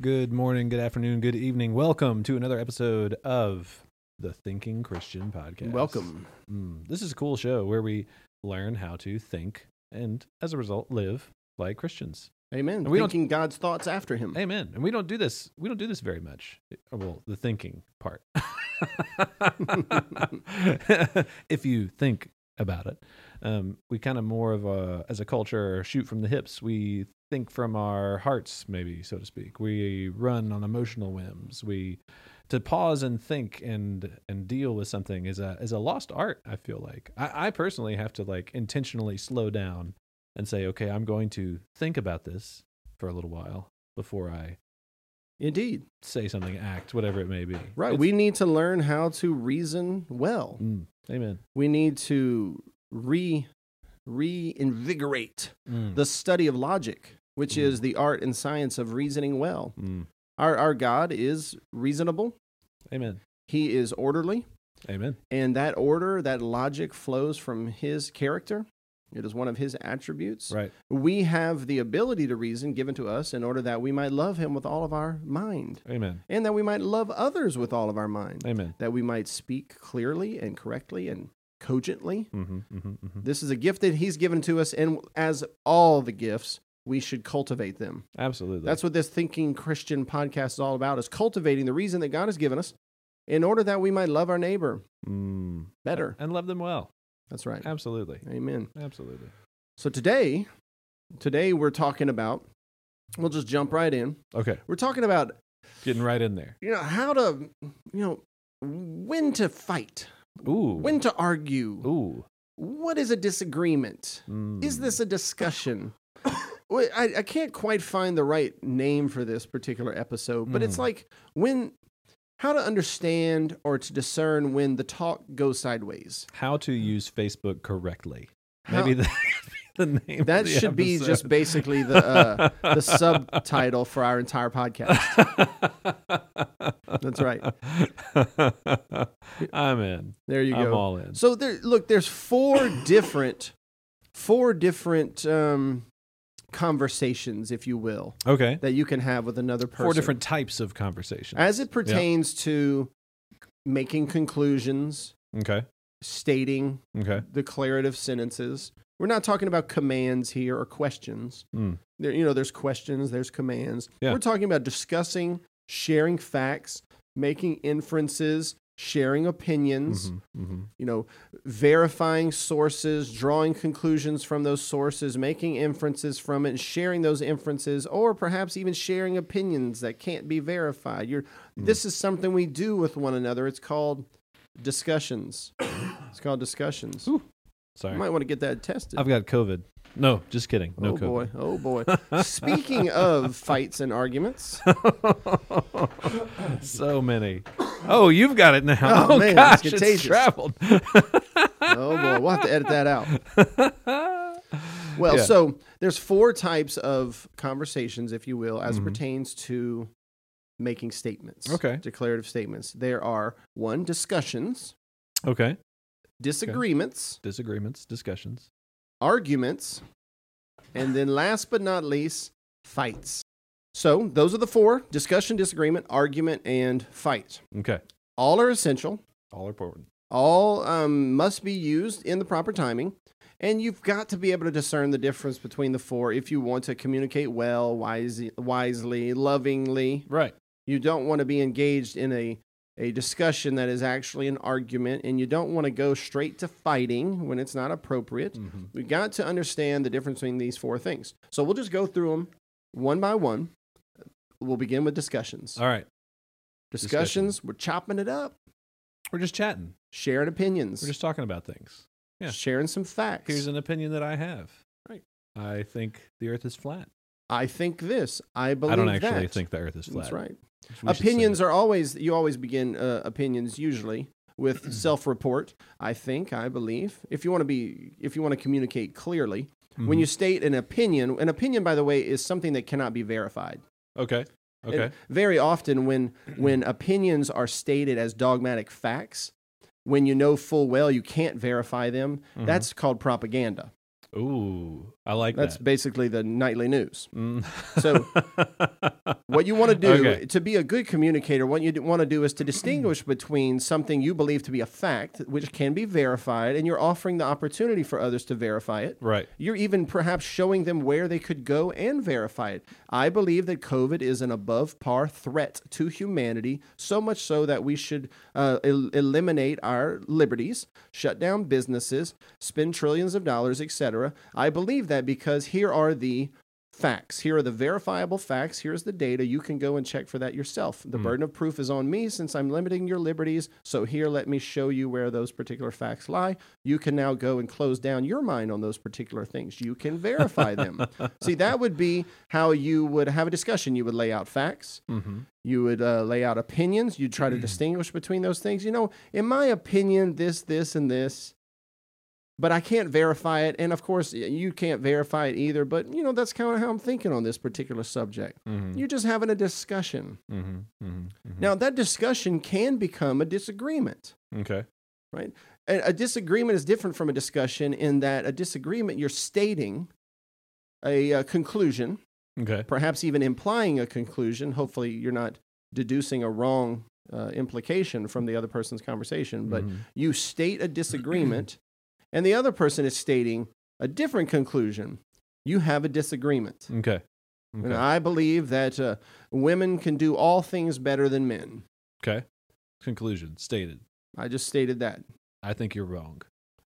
Good morning, good afternoon, good evening. Welcome to another episode of the Thinking Christian Podcast. Welcome. Mm, this is a cool show where we learn how to think and, as a result, live like Christians. Amen. And we don't- Thinking God's thoughts after him. Amen. And we don't do this. We don't do this very much. Well, the thinking part. if you think about it, um, we kind of more of a as a culture shoot from the hips. We think from our hearts, maybe so to speak. We run on emotional whims. We to pause and think and and deal with something is a is a lost art. I feel like I, I personally have to like intentionally slow down and say, okay, I'm going to think about this for a little while before I Indeed. say something, act, whatever it may be. Right. It's- we need to learn how to reason well. Mm, amen. We need to re reinvigorate Mm, the study of logic, which Mm. is the art and science of reasoning well. mm, Our our God is reasonable. amen. He is orderly, Amen. and that order, that logic flows from his character. It is one of his attributes. Right. We have the ability to reason given to us in order that we might love him with all of our mind. Amen. and that we might love others with all of our mind, Amen. that we might speak clearly and correctly and cogently. Mm-hmm, mm-hmm, mm-hmm. This is a gift that He's given to us, and as all the gifts, we should cultivate them. Absolutely. That's what this Thinking Christian podcast is all about: is cultivating the reason that God has given us, in order that we might love our neighbor mm. better. And love them well. That's right. Absolutely. Amen. Absolutely. So today, today we're talking about. We'll just jump right in. Okay. We're talking about Getting right in there. you know how to you know when to fight, Ooh. when to argue, Ooh. what is a disagreement? Mm. Is this a discussion? Wait, I, I can't quite find the right name for this particular episode, but it's Mm. like when, how to understand or to discern when the talk goes sideways. how to use Facebook correctly? Hmm. How- Maybe the, the name. of that the should be episode. just basically the uh, the subtitle for our entire podcast. That's right. I'm in. There you I'm go. all in. So there, look, there's four different, four different um, conversations, if you will, Okay. that you can have with another person. Four different types of conversation. as it pertains to making conclusions, Okay. stating Okay. declarative sentences. We're not talking about commands here or questions. Mm. There, you know, there's questions, there's commands. Yeah. We're talking about discussing, sharing facts, making inferences, sharing opinions. Mhm, mhm. You know, verifying sources, drawing conclusions from those sources, making inferences from it, and sharing those inferences, or perhaps even sharing opinions that can't be verified. You're, Hmm. This is something we do with one another. It's called discussions. it's called discussions. Ooh, You Sorry. might want to get that tested. I've got COVID. No, just kidding. No oh COVID. boy! Oh boy! Speaking of fights and arguments, so many. Oh, you've got it now. Oh, man, gosh, it's that's contagious. traveled. oh boy, we'll have to edit that out. Well, Yeah. so there's four types of conversations, if you will, as Mhm. it pertains to making statements. Okay. Declarative statements. There are one, discussions, okay. disagreements, Disagreements, discussions. arguments, and then last but not least, fights. So those are the four discussion, disagreement, argument, and fight. Okay. All are essential. All important. All um, must be used in the proper timing. And you've got to be able to discern the difference between the four if you want to communicate well, wisely, wisely lovingly. Right. You don't want to be engaged in a, a discussion that is actually an argument, and you don't want to go straight to fighting when it's not appropriate. Mhm. We've got to understand the difference between these four things. So we'll just go through them one by one. We'll begin with discussions. All right. discussions, we're chopping it up, We're just chatting. sharing opinions, We're just talking about things. yeah. sharing some facts. Here's an opinion that I have. Right. I think the earth is flat. I think this. I believe I don't actually that. think the earth is flat. That's right. We should say opinions are always you always begin uh, opinions usually with self-report. I think. I believe. If you want to be, if you want to communicate clearly, that. Mhm. when you state an opinion, an opinion, by the way, is something that cannot be verified. Okay. And Okay. very often, when when opinions are stated as dogmatic facts, when you know full well you can't verify them, Mhm. that's called propaganda. Ooh, I like That's that. basically the nightly news. Mm. So What you want to do Okay. to be a good communicator, what you want to do is to distinguish between something you believe to be a fact, which can be verified, and you're offering the opportunity for others to verify it. Right. You're even perhaps showing them where they could go and verify it. I believe that COVID is an above par threat to humanity, so much so that we should uh, el- eliminate our liberties, shut down businesses, spend trillions of dollars, etc. I believe that because here are the facts. Here are the verifiable facts. Here's the data. You can go and check for that yourself. The burden of proof is on me since I'm limiting your liberties. So here, let me show you where those particular facts lie. You can now go and close down your mind on those particular things. You can verify them. See, that would be how you would have a discussion. You would lay out facts. Mm-hmm. You would uh, lay out opinions. You'd try to distinguish between those things. You know, in my opinion, this, this, and this. But I can't verify it. And of course, y- you can't verify it either. But, you know, that's kind of how I'm thinking on this particular subject. Mm-hmm. You're just having a discussion. Mm-hmm. Mm-hmm. Now, that discussion can become a disagreement. okay. A, a disagreement is different from a discussion in that a disagreement, you're stating a, uh conclusion, Okay. perhaps even implying a conclusion. Hopefully, you're not deducing a wrong uh, implication from the other person's conversation, but Mhm. you state a disagreement and the other person is stating a different conclusion. You have a disagreement. okay. And Okay. I believe that uh, women can do all things better than men. Okay. Conclusion stated. I just stated that. I think you're wrong.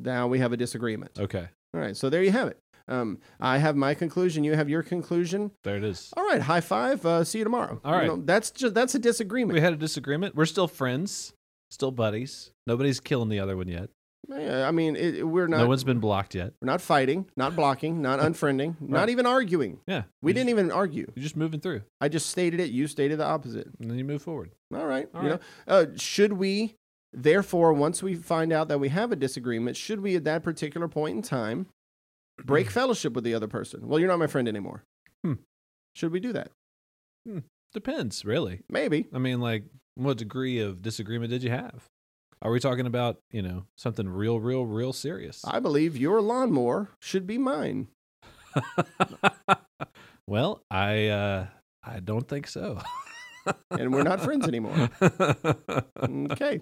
Now we have a disagreement. Okay. All right, so there you have it. Um, I have my conclusion. You have your conclusion. There it is. All right, high five. Uh, see you tomorrow. All right. You know, that's just that's a disagreement. We had a disagreement. We're still friends, still buddies. Nobody's killing the other one yet. Yeah, I mean, it, it- we're not no one's been blocked yet. we're not fighting, not blocking, not unfriending, not Right. even arguing. Yeah. We You didn't just- even argue. You're just moving through, I just stated it. You stated the opposite. and then you move forward. All right. All you right. know, uh, should we therefore, once we find out that we have a disagreement, should we at that particular point in time break fellowship with the other person? Well, you're not my friend anymore. Hmm. Should we do that? Depends, really. Maybe. I mean, like, what degree of disagreement did you have? Are we talking about, you know, something real, real, real serious? I believe your lawnmower should be mine. well, I uh I don't think so. and we're not friends anymore. Okay.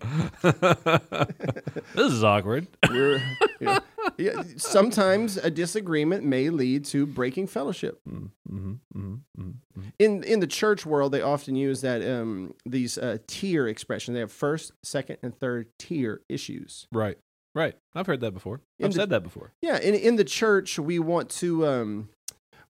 this is awkward. We're, you know, yeah, sometimes a disagreement may lead to breaking fellowship. Mm, mhm, mhm, mhm, mhm. In in the church world, they often use that um, these uh, tier expression. They have first, second, and third tier issues. Right. Right. I've heard that before. In I've the- said that before. Yeah, in in the church, we want to um,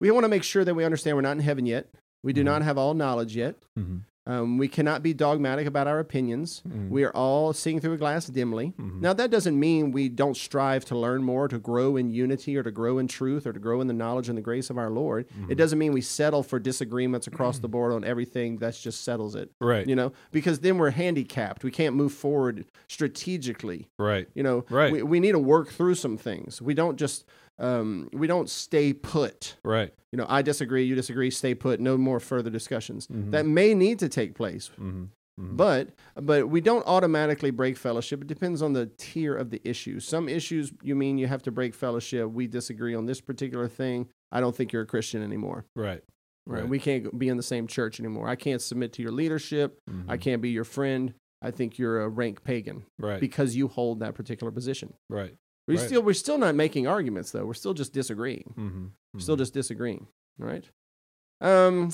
we want to make sure that we understand we're not in heaven yet. We do Mhm. not have all knowledge yet. Mhm, Um, we cannot be dogmatic about our opinions. mhm, We are all seeing through a glass dimly. mhm. Mm. Now, that doesn't mean we don't strive to learn more, to grow in unity, or to grow in truth, or to grow in the knowledge and the grace of our Lord. It Mhm. doesn't mean we settle for disagreements across the board on everything. That's just settles it, Mm. Right. you know, because then we're handicapped. We can't move forward strategically. Right. You know, Right. we, we need to work through some things. We don't just, um, we don't stay put. Right. You know, I disagree, you disagree, stay put, no more further discussions. Mhm. That may need to take place. Mhm, mhm. But but we don't automatically break fellowship. It depends on the tier of the issue. Some issues you mean you have to break fellowship. We disagree on this particular thing. I don't think you're a Christian anymore. Right. Right? Right. We can't be in the same church anymore. I can't submit to your leadership. I Mhm. can't be your friend. I think you're a rank pagan Right. because you hold that particular position. Right. We Right. still we're still not making arguments though. We're still just disagreeing. Mhm, We're mhm. Still just disagreeing. All right. Um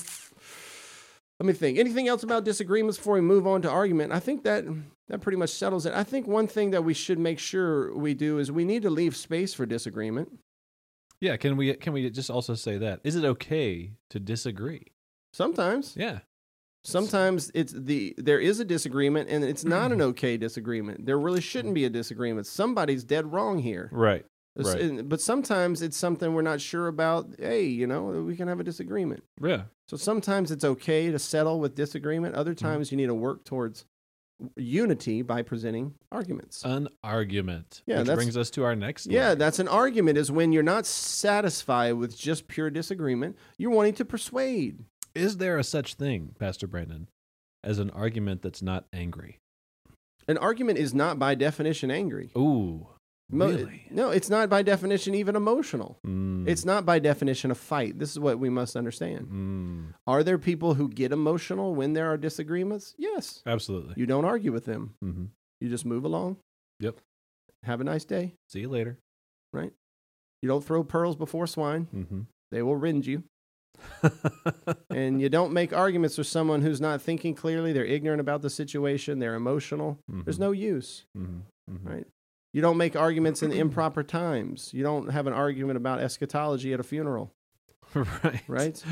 let me think. Anything else about disagreements before we move on to argument? I think that that pretty much settles it. I think one thing that we should make sure we do is we need to leave space for disagreement. Yeah, can we can we just also say that? Is it okay to disagree? Sometimes, Yeah. sometimes it's the there is a disagreement and it's not an okay disagreement. There really shouldn't be a disagreement. Somebody's dead wrong here. Right. It's- Right. and- But sometimes it's something we're not sure about. Hey, you know, we can have a disagreement. Yeah. So sometimes it's okay to settle with disagreement. Other Mm-hmm. times you need to work towards unity by presenting arguments. An argument. Yeah, which that's- brings us to our next. yeah, leg. that's an argument is when you're not satisfied with just pure disagreement. You're wanting to persuade. Is there a such thing, Pastor Brandon, as an argument that's not angry? An argument is not by definition angry. Ooh. Mo- Really? No, it's not by definition even emotional. Mm, It's not by definition a fight. This is what we must understand. mm, Are there people who get emotional when there are disagreements? Yes. absolutely. You don't argue with them. hmm You just move along. Yep. Have a nice day. See you later. You don't throw pearls before swine. hmm They will rend you. Mm-hmm. and you don't make arguments with someone who's not thinking clearly. They're ignorant about the situation. They're emotional. There's no use. hmm hmm Right. You don't make arguments in improper times. You don't have an argument about eschatology at a funeral. right. Right?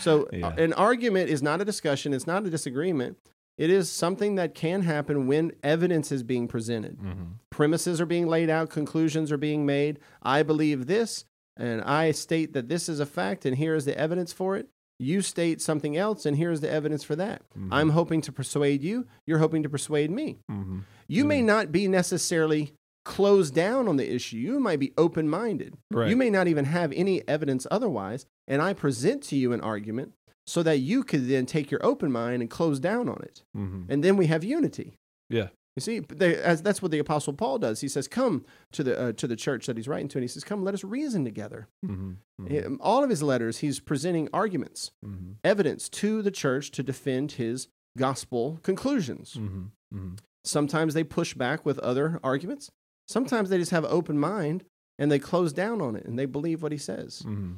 So uh, Yeah. an argument is not a discussion, it's not a disagreement. It is something that can happen when evidence is being presented. Mhm. Premises are being laid out, conclusions are being made. I believe this, and I state that this is a fact, and here is the evidence for it. You state something else, and here is the evidence for that. Mhm. I'm hoping to persuade you, you're hoping to persuade me. Mhm. You may not be necessarily closed down on the issue, you might be open minded. Right. You may not even have any evidence otherwise, and I present to you an argument so that you could then take your open mind and close down on it. Mhm. And then we have unity. Yeah. You see, but they, as, that's what the Apostle Paul does. He says, Come to the, uh, to the church that he's writing to, and he says, Come, let us reason together. Mhm. Mhm. He- um, all of his letters, he's presenting arguments, Mhm. evidence to the church to defend his gospel conclusions. Mhm. Mhm. Sometimes they push back with other arguments. Sometimes they just have an open mind and they close down on it and they believe what he says. Mhm.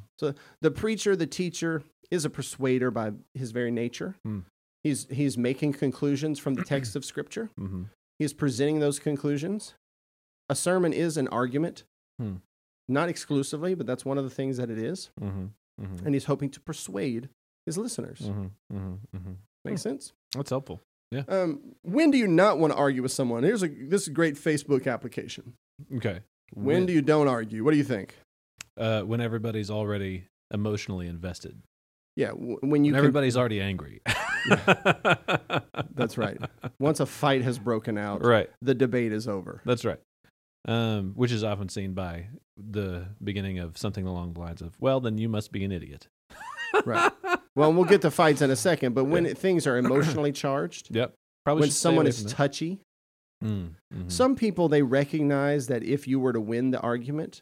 the preacher, the teacher, is a persuader by his very nature. Hmm. He's, he's making conclusions from the text of Scripture, Mhm. he's presenting those conclusions. A sermon is an argument, Hmm. not exclusively, but that's one of the things that it is. Mhm. Mhm. And he's hoping to persuade his listeners. Mhm. Mhm. Mhm. Make sense? That's helpful. Um, when do you not want to argue with someone? Here's a, this is a great Facebook application. Okay. When, do you don't argue? What do you think? uh, when everybody's already emotionally invested. Yeah, w- when you When can- everybody's already angry. that's right. Once a fight has broken out, Right. the debate is over. That's right. Um, which is often seen by the beginning of something along the lines of, well, then you must be an idiot. Right. Well, and we'll get to fights in a second, but when it, things are emotionally charged, Yep. Probably when should stay someone away is from that. touchy, Mm, mhm. some people they recognize that if you were to win the argument,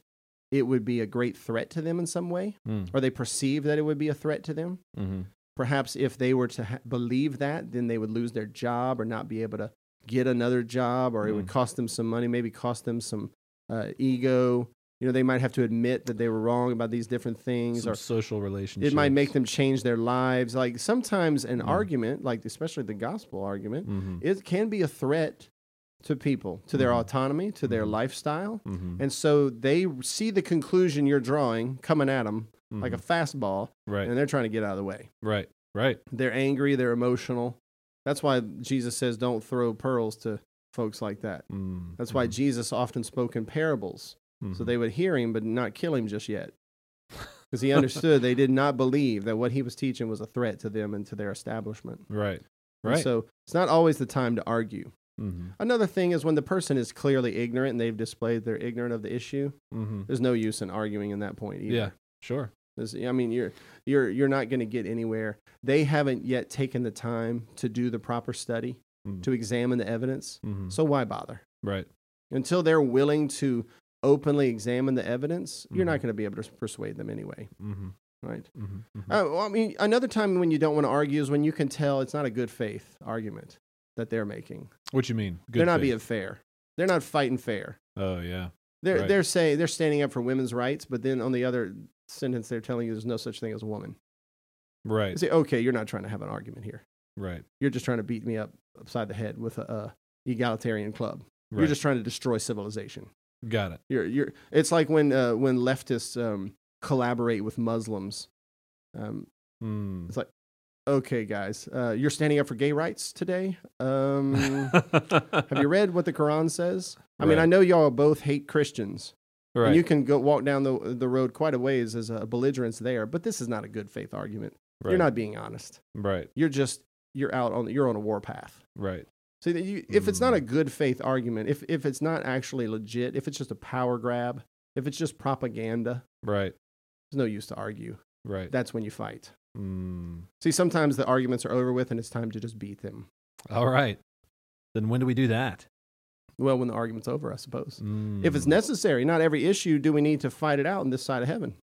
it would be a great threat to them in some way, Mm, or they perceive that it would be a threat to them. mhm. Perhaps if they were to ha- believe that, then they would lose their job or not be able to get another job, or it would Mm. cost them some money, maybe cost them some uh, ego. You know, they might have to admit that they were wrong about these different things, Some or social relationships. it might make them change their lives. Like sometimes an Mhm. argument, like especially the gospel argument, Mhm, it can be a threat to people, to their Mhm. autonomy, to their Mhm. lifestyle. mhm, And so they see the conclusion you're drawing coming at them like a mhm. fastball, right, and they're trying to get out of the way. right, right. They're angry, they're emotional. That's why Jesus says, don't throw pearls to folks like that. Mm, That's why mhm, Jesus often spoke in parables. So mhm. they would hear him, but not kill him just yet. Because he understood they did not believe that what he was teaching was a threat to them and to their establishment. right, And right. so it's not always the time to argue. Mhm, Another thing is when the person is clearly ignorant and they've displayed they're ignorant of the issue, mhm. there's no use in arguing in that point either. Yeah, sure. There's- I mean, you're, you're, you're not going to get anywhere. They haven't yet taken the time to do the proper study, Mm. to examine the evidence. Mhm, So why bother? Right. until they're willing to openly examine the evidence, you're not Mhm. going to be able to persuade them anyway, Mhm, right? mhm, mhm. Uh, well, I mean, another time when you don't want to argue is when you can tell it's not a good faith argument that they're making. What you mean? Good they're not faith. being fair. They're not fighting fair. Oh yeah. They're Right. they're saying they're standing up for women's rights, but then on the other sentence they're telling you there's no such thing as a woman. You Right. say, okay, you're not trying to have an argument here. Right. You're just trying to beat me up upside the head with a, a egalitarian club. Right. You're just trying to destroy civilization. got it. You're, you're, it's like when, uh, when leftists um, collaborate with Muslims. Um, Mm. okay, guys, uh, you're standing up for gay rights today. Um, have you read what the Quran says? I mean, Right. I know y'all both hate Christians, right. and you can go walk down the, the road quite a ways as a belligerence there, but this is not a good faith argument. right. You're not being honest. right. You're just you're out on you're on a war path. Right. So that you, if it's not Mm. a good faith argument, if if it's not actually legit, if it's just a power grab, if it's just propaganda, Right. there's no use to argue. Right. That's when you fight. Mm. See, sometimes the arguments are over with and it's time to just beat them. All right. Then when do we do that? Well, when the argument's over, I suppose. Mm, If it's necessary, not every issue do we need to fight it out in this side of heaven.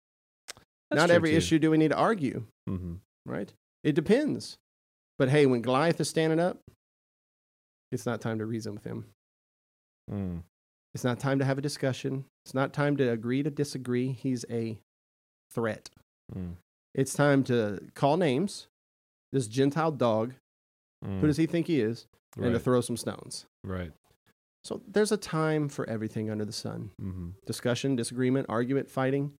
that's not true, every too. issue do we need to argue, Mhm. right? It depends. But hey, when Goliath is standing up, it's not time to reason with him. Mm. It's not time to have a discussion. It's not time to agree to disagree. He's a threat. Mm. It's time to call names. This Gentile dog, Mm. who does he think he is? right. And to throw some stones. right. So there's a time for everything under the sun hmm discussion, disagreement, argument, fighting.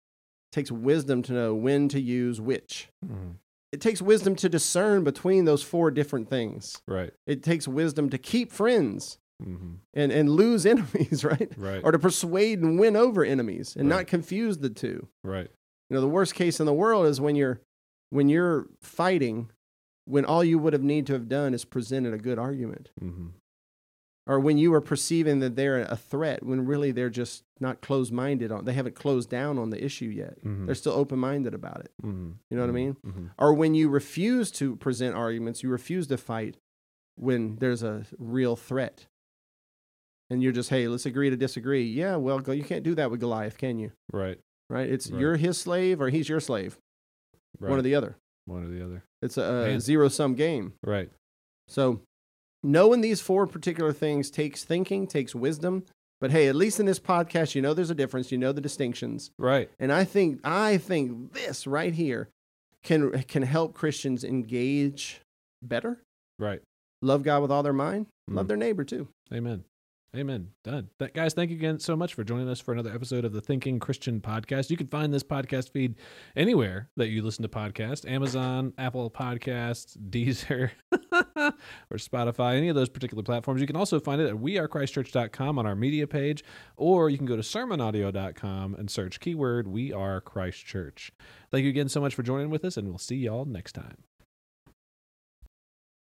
It takes wisdom to know when to use which. Mm. It takes wisdom to discern between those four different things. Right. It takes wisdom to keep friends hmm and, and lose enemies, right? Right. Or to persuade and win over enemies and Right. not confuse the two. right. You know, the worst case in the world is when you're when you're fighting when all you would have need to have done is presented a good argument. hmm Or when you are perceiving that they're a threat when really they're just not closed minded on they haven't closed down on the issue yet. Mhm. They're still open minded about it. hmm You know what I mean? hmm Or when you refuse to present arguments, you refuse to fight when there's a real threat. And you're just, hey, let's agree to disagree. Yeah, well, go- you can't do that with Goliath, can you? Right. Right? It's Right. you're his slave or he's your slave, Right. one or the other. One or the other. It's a, Man. zero sum game. Right. So knowing these four particular things takes thinking, takes wisdom. But hey, at least in this podcast, you know there's a difference, you know the distinctions. Right. And I think I think this right here can can help Christians engage better, Right. love God with all their mind, Mm. love their neighbor too. Amen. Amen. Done. Th- guys, thank you again so much for joining us for another episode of the Thinking Christian Podcast. You can find this podcast feed anywhere that you listen to podcasts Amazon, Apple Podcasts, Deezer, or Spotify, any of those particular platforms. You can also find it at wearechristchurch.com on our media page, or you can go to sermonaudio.com and search keyword We Are Christ Church. Thank you again so much for joining with us, and we'll see y'all next time.